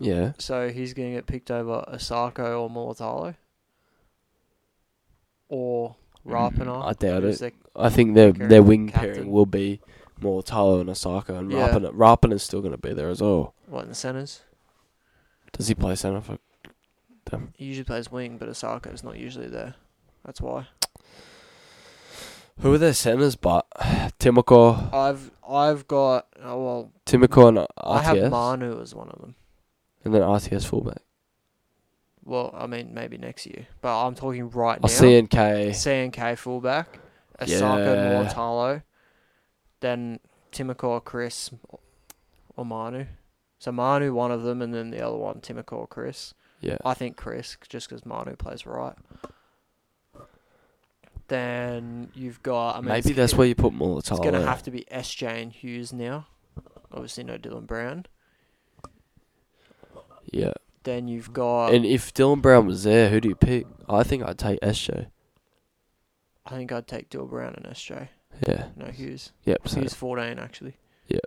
Yeah.
So he's going to get picked over Osako or Molotalo or Rapana.
Mm, I doubt
who's
it.
their-
I think their
Carey,
their wing
captain.
pairing will be Mortalo and Osaka and
Yeah.
Rapana. Rapana's still gonna be there as well.
What in the centres?
Does he play centre for them?
He usually plays wing, but Osako's not usually there. That's why.
Who are their centers? But Timoko,
I've I've got oh well
Timoko, and RTS,
I have Manu as one of them.
and then RTS fullback.
Well, I mean maybe next year, but I'm talking right
I
now.
see NK.
CNK fullback, Osako,
Yeah.
Mortalo, then Timokor, Chris, or Manu. So Manu, one of them, and then the other one, Timokor, Chris.
Yeah,
I think Chris, just because Manu plays right. Then you've got. I mean,
maybe
it's-
that's where you put
it's going to
Molotov.
have to be SJ and Hughes now. Obviously, no Dylan Brown.
yeah,
Then you've got.
Mm. and if Dylan Brown was there, who do you pick? I think I'd take SJ.
I think I'd take Dylan Brown and SJ.
Yeah,
No Hughes.
yep.
He
So
was 14, actually.
Yeah.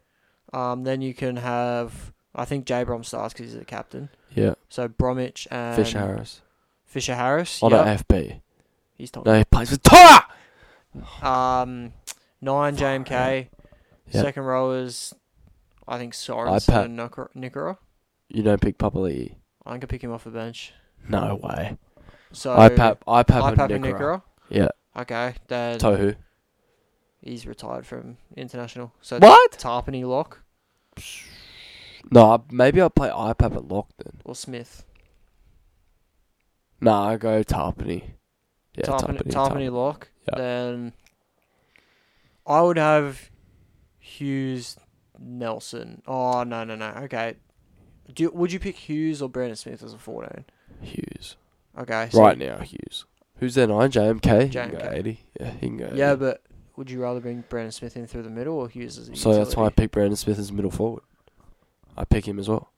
Um, then you can have, I think Jay Brom starts because he's the captain.
yeah,
So Bromwich and
Fish Harris Oh,
Fisher Harris.
on
yeah,
an FB.
he's top.
No, he plays with Tora.
Um, nine JMK.
Yeah.
Second row is, I think Sorensen
Pat-
and Nicar- Nicara.
You don't pick Papali.
I can pick him off the bench.
No way.
So
IPAP, IPAP,
IPAP
and
and
Nikora.
Nicara.
Yeah,
Okay, then
Tohu.
he's retired from international. So
What?
Tarpany Lock
No, I- maybe I'll play IPAP at lock then.
or Smith.
Nah, I go Tarpany. Yeah,
Tarpany,
Tarpany.
Tarpany Lock.
Yeah.
Then I would have Hughes, Nelson. Oh no no no. Okay. Do you- would you pick Hughes or Brandon Smith as a fourteen?
Hughes.
Okay.
right now, Hughes. Who's their nine? JMK. He can go
JMK.
eighty. Yeah, he can go.
Yeah,
80.
but would you rather bring Brandon Smith in through the middle or Hughes as a
so that's why I
utility?
pick Brandon Smith as middle forward. I pick him as well.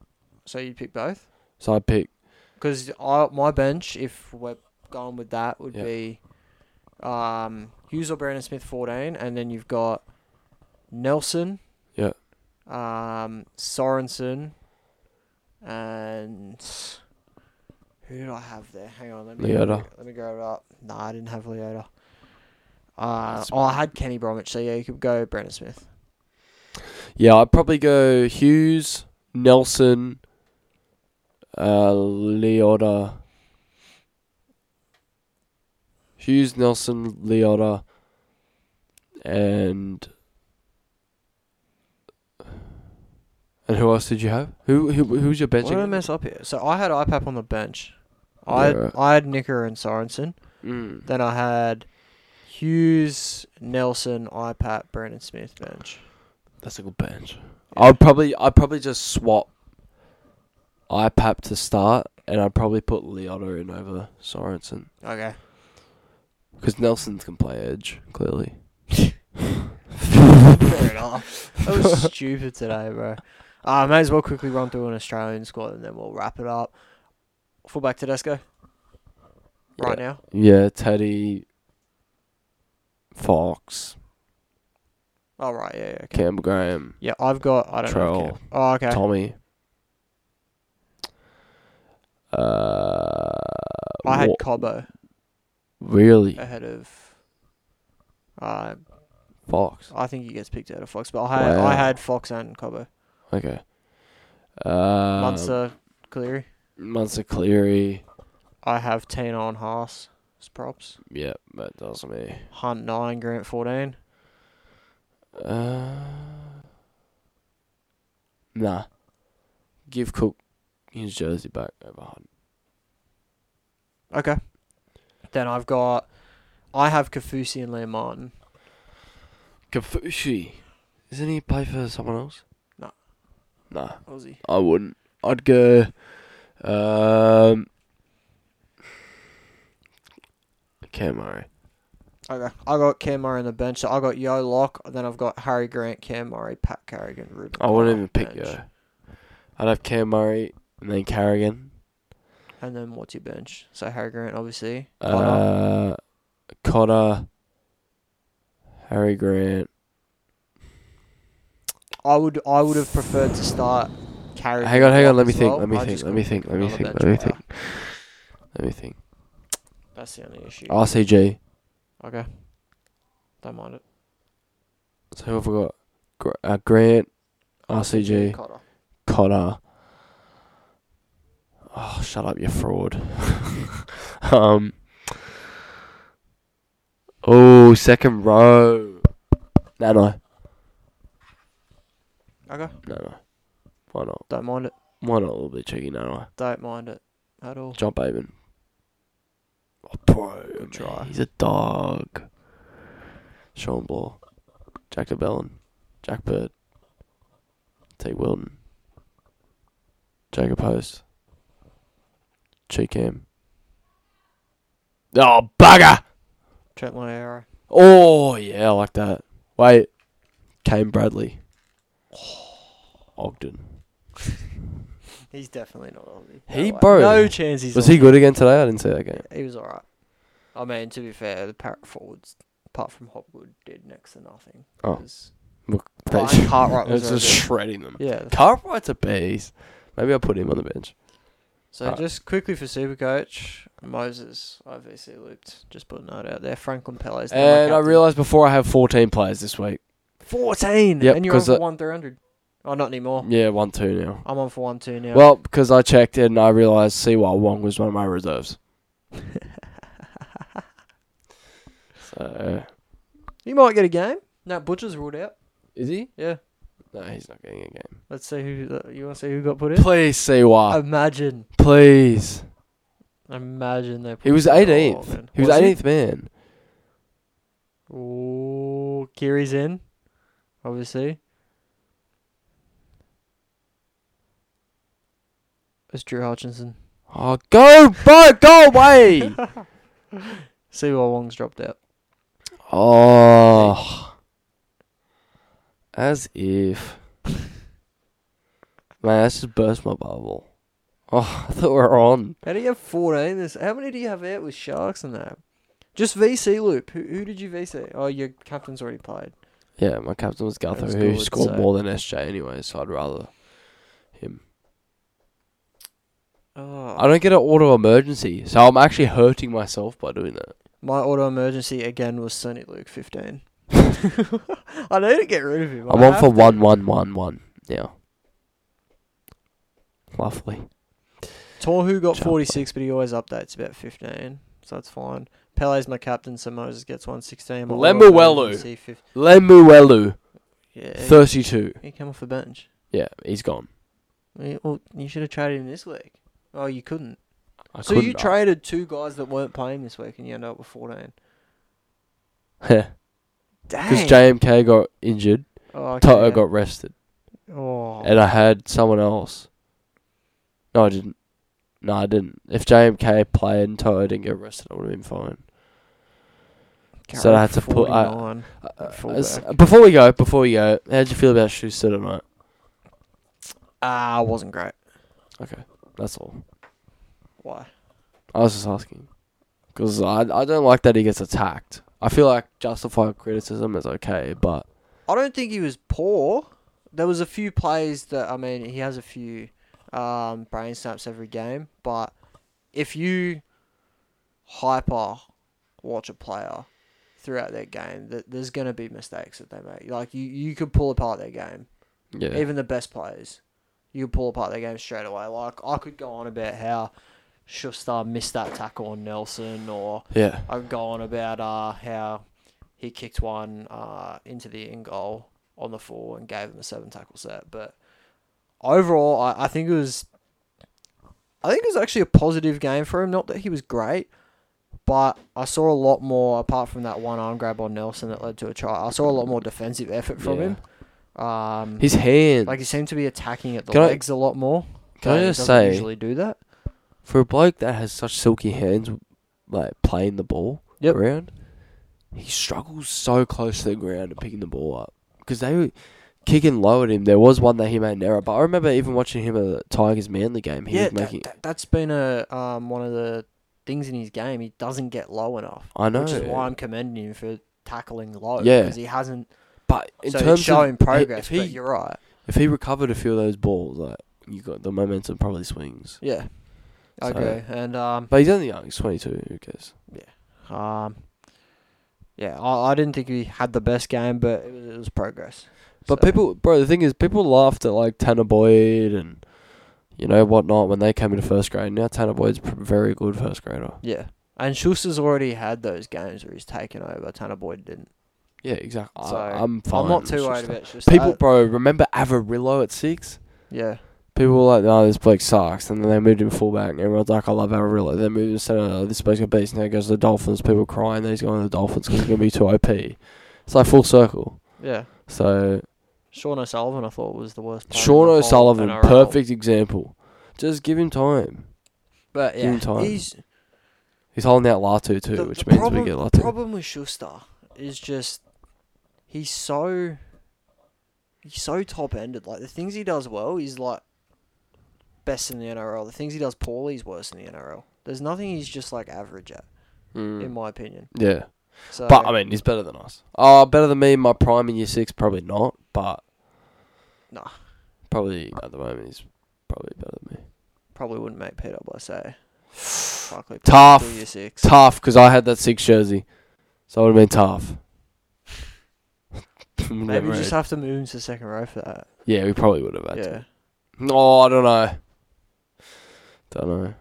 So you'd pick both?
So I pick
Because my bench, if we're going with that, would
Yeah.
be um, Hughes or Brandon Smith 14, and then you've got Nelson.
Yeah.
Um, Sorensen. And who did I have there? Hang on. Let me,
Leota.
Let me go it up. No, I didn't have Leota. Uh,
That's-
oh, I had Kenny Bromwich, so yeah, you could go Brandon Smith.
Yeah, I'd probably go Hughes, Nelson, uh, Leota. Hughes, Nelson, Leota, and and who else did you have? Who who who's your bench?
What did I
again?
mess up here? So I had IPAP on the bench. I
Yeah.
I had Nicker and Sorensen.
Mm.
Then I had Hughes, Nelson, IPAP, Brandon Smith bench.
That's a good bench. I'd probably I'd probably just swap IPAP to start, and I'd probably put Leota in over Sorensen.
Okay.
Because Nelson can play edge, clearly.
Fair enough. That was stupid today, bro. Ah, I may as well quickly run through an Australian squad and then we'll wrap it up. Fullback Tedesco. Right now.
Yeah, Teddy, Fox,
Oh right, yeah, yeah. Okay.
Campbell Graham,
Yeah, I've got I don't know.
Trowell,
if Cam- Oh okay.
Tommy. Uh,
I had
wha-
Cobbo
really
ahead of uh,
Fox.
I think he gets picked out of Fox, but I had, I
Wow.
had Fox and Cobbo.
Okay. Uh,
Munster, Cleary.
Munster Cleary.
I have Tina on Haas as props.
Yep, that does me.
Hunt nine, Grant fourteen.
Uh, nah. Give Cook his jersey back over Hunt.
Okay. Then I've got, I have Kafusi and Liam Martin.
Kafushi. Isn't he play for someone else?
No.
Nah,
Aussie.
I wouldn't. I'd go. Um. Cam Murray.
Okay. I got Cam Murray on the bench. So I got Yo Lock. Then I've got Harry Grant, Cam Murray, Pat Carrigan, Ruben.
I wouldn't
Cotter
even pick
Ah, bench.
you. I'd have Cam Murray and then Carrigan.
And then what's your bench? So Harry Grant, obviously. Connor.
Uh, Connor. Harry Grant.
I would, I would have preferred to start. Carrigan.
Hang on, hang on.
up
Let me
as
think.
well.
Let me
I
think.
just
Let
got
me think. Let me
another
think.
bench
Let me
player.
think. Let me think.
That's the only issue.
RCG.
Okay. Don't mind it.
So who have we got? Gr- uh, Grant. RCG.
Cotter.
Connor. Oh, shut up, you fraud. um. Oh, second row. No, no,
Okay.
no, no. Why not?
Don't mind it.
Why not a little bit cheeky? No, no.
Don't mind it at all.
John Bateman. Oh, bro, man,
try.
He's a dog. Sean Blaw, Jack DeBellin, Jack Bird, T. Wilton, Jacob Post, Cheekham. Oh, bugger!
Trent Monero.
Oh, yeah, I like that. Wait, Kane Bradley,
Oh.
Ogden.
He's definitely not Aussie.
He
way.
bro-
No chance he's
Was he good again today? I didn't see that game.
Aussie. He was alright. I mean, to be fair, the parrot forwards, apart from Hopwood, did next to nothing.
Oh.
'Cause-
Look,
Brian
they-
Cartwright was
it's just
over.
shredding them.
Yeah.
Cartwright's a beast. Maybe I'll put him on the bench.
So
Uh,
just quickly for Supercoach, Moses obviously looked. Just putting that out there. Franklin Pele's now my
And I
captain.
realised before I have 14 players this week.
14!
Yep,
and you're on
'cause uh,
for
that-
1 300. Oh, not anymore.
Yeah, 1 2 now.
I'm on for 1 2 now.
Well, because I checked and I realised CY Wong was one of my reserves. so,
you might get a game. No, Butcher's ruled out.
is he?
Yeah.
No, he's not getting a game.
Let's see who. uh, you want to see who got put in?
Please, CY.
Imagine.
Please.
Imagine they put
He Oh, was
Jordan
18th.
Morgan.
He was 18th man.
Ooh, Kiri's in, obviously. It's Drew Hutchinson.
Oh, go, bro, go away.
Siwa Wong's dropped out.
oh, as if. Man, that's just burst my bubble. Oh, I thought we were on.
How do you have 14? This, how many do you have out with Sharks and that? Just VC loop. Who, who did you VC? Oh, your captain's already played.
Yeah, my captain was Gutho,
was
who
good,
scored
so-
more than SJ anyway, so I'd rather him.
Oh,
I don't get an auto emergency, so I'm actually hurting myself by doing that.
my auto emergency again was Sonic Luke 15. I need to get rid of him.
I'm
I
on
have
for
to.
one, one, one, one now. Lovely.
Torhu got
Childplay.
46, but he always updates about 15, so that's fine. Pele's my captain, so Moses gets 116. My auto
Lemuelu.
emergency fif-
Lemuelu,
Yeah, he-
32.
he came off the bench.
Yeah, he's gone.
Yeah, Well, you should have traded him this week. Oh, you couldn't.
I
so you
couldn't-
traded two guys that weren't playing this week, and you end up with 14.
Yeah, because
Dang.
JMK got injured,
oh, okay,
Toto
yeah.
got rested,
Oh.
and I had someone else. No, I didn't. No, I didn't. If JMK played and Toto didn't get rested, I would have been fine. so I had to put- I-
49.
Uh,
At
uh,
fullback.
s- before we go, before we go, how'd you feel about Schuster tonight?
Ah, wasn't great.
Okay, that's all.
Why?
I was just asking because I I don't like that he gets attacked. I feel like justified criticism is okay, but
I don't think he was poor. There was a few plays that I mean he has a few um, brain snaps every game, but if you hyper watch a player throughout their game, th- there's gonna be mistakes that they make. Like you, you could pull apart their game,
yeah,
even the best players. You could pull apart their game straight away. Like I could go on about how Schuster missed that tackle on Nelson or
yeah,
I could go on about uh, how he kicked one uh, into the in goal on the full and gave him a seven tackle set. But overall, I, I think it was, I think it was actually a positive game for him. Not that he was great, but I saw a lot more apart from that one arm grab on Nelson that led to a try. I saw a lot more defensive effort from
Yeah.
him. Um,
his hand.
like he seemed to be attacking at the
Can I-
legs a lot more.
can I
Uh, he
just
doesn't
say-
usually do that?
for a bloke that has such silky hands, like playing the ball
Yep.
around, he struggles so close to the ground and picking the ball up because they were kicking low at him. There was one that he made an error, but I remember even watching him at the Tigers Manly game. He
yeah,
was
that,
making.
that, that's been a um, one of the things in his game. He doesn't get low enough,
I know,
which is why I'm commending him for tackling low.
Yeah.
because he hasn't.
but in
so
terms
it's showing
of
progress,
if he
but you're right.
if he recovered a few of those balls, like you got the momentum probably swings.
Yeah, I
So-
agree. And um,
But he's only young; he's twenty-two. Who cares?
um, yeah, I, I didn't think he had the best game, but it was, it was progress.
But
So-
people, bro, the thing is, people laughed at like Tanner Boyd and you know whatnot when they came into first grade. Now Tanner Boyd's pr- very good first grader.
yeah, and Schuster's already had those games where he's taken over. Tanner Boyd didn't.
Yeah, exactly.
So,
I, am fine.
I'm not
with
too worried
Schuster.
about Schuster.
People,
I-
bro, remember Avarillo at six?
yeah,
People were like, no, this bloke sucks. And then they moved him fullback. And everyone's like, I love Avarillo. Then moved him center. Oh, this bloke's a beast. Now he goes to the Dolphins. People crying that he's going to the Dolphins because he's going to be too OP. It's like full circle.
yeah.
So,
Sean O'Sullivan, I thought was the worst. player in
Sean
the whole
O'Sullivan,
NRL.
perfect example. Just give him time.
But
Give
yeah,
him time.
he's
He's holding out Latu too,
the-
which
the
means
problem-
we get
The
Latu.
problem with Schuster is just he's so he's so top ended. Like the things he does well, he's like best in the NRL. The things he does poorly, he's worse in the NRL. There's nothing he's just like average at,
Mm.
in my opinion.
Yeah.
So,
But, I mean, he's better than us. Oh, better than me in my prime in year six? Probably not, but.
Nah.
Probably at the moment, he's probably better than me.
probably wouldn't make Pete up. I say likely Pete
Tough.
still year six.
Tough, because I had that six jersey. So it would have been tough.
Maybe you just have to move into second row for that.
yeah, we probably would have had
yeah.
to. No, I don't know. Don't know.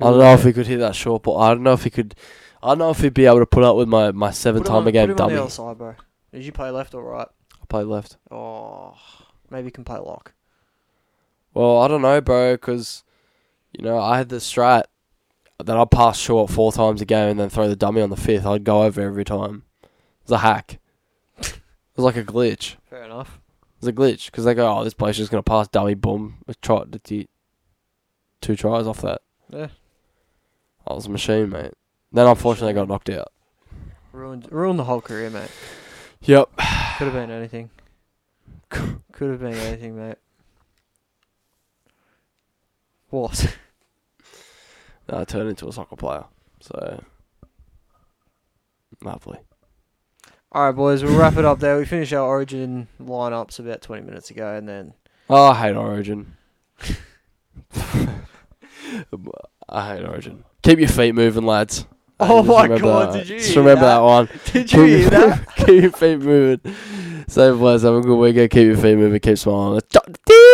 I don't know if he could hit that short ball. I don't know if he could. I don't know if he'd be able to put up with my, my seven
Put him
time
on-
a game
put him on
dummy.
the other
I
side, bro. Did you play left or right?
play left.
Oh, maybe you can play lock.
Well, I don't know, bro, because, you know, I had the strat that I'd pass short four times a game and then throw the dummy on the fifth. I'd go over every time. It's a hack. was like a glitch.
Fair enough.
It was a glitch because they go, oh, this place is going to pass dummy, boom, a try, d- d- two tries off that.
Yeah.
I was a machine, mate. Then unfortunately, I got knocked out.
Ruined ruined the whole career, mate.
Yep.
Could have been anything. Could have been anything, mate. What?
I turned into a soccer player. So, lovely.
All right, boys, we'll wrap it up there. We finished our origin lineups about 20 minutes ago, and then
Oh, I hate Origin. I hate Origin. Keep your feet moving, lads. I
Oh
just
my
remember
God,
that.
did you
Just
hear
remember
that?
that, one.
did
Keep your feet- Keep your feet moving. So, boys, have a good weekend. Keep your feet moving. Keep smiling. Let's go.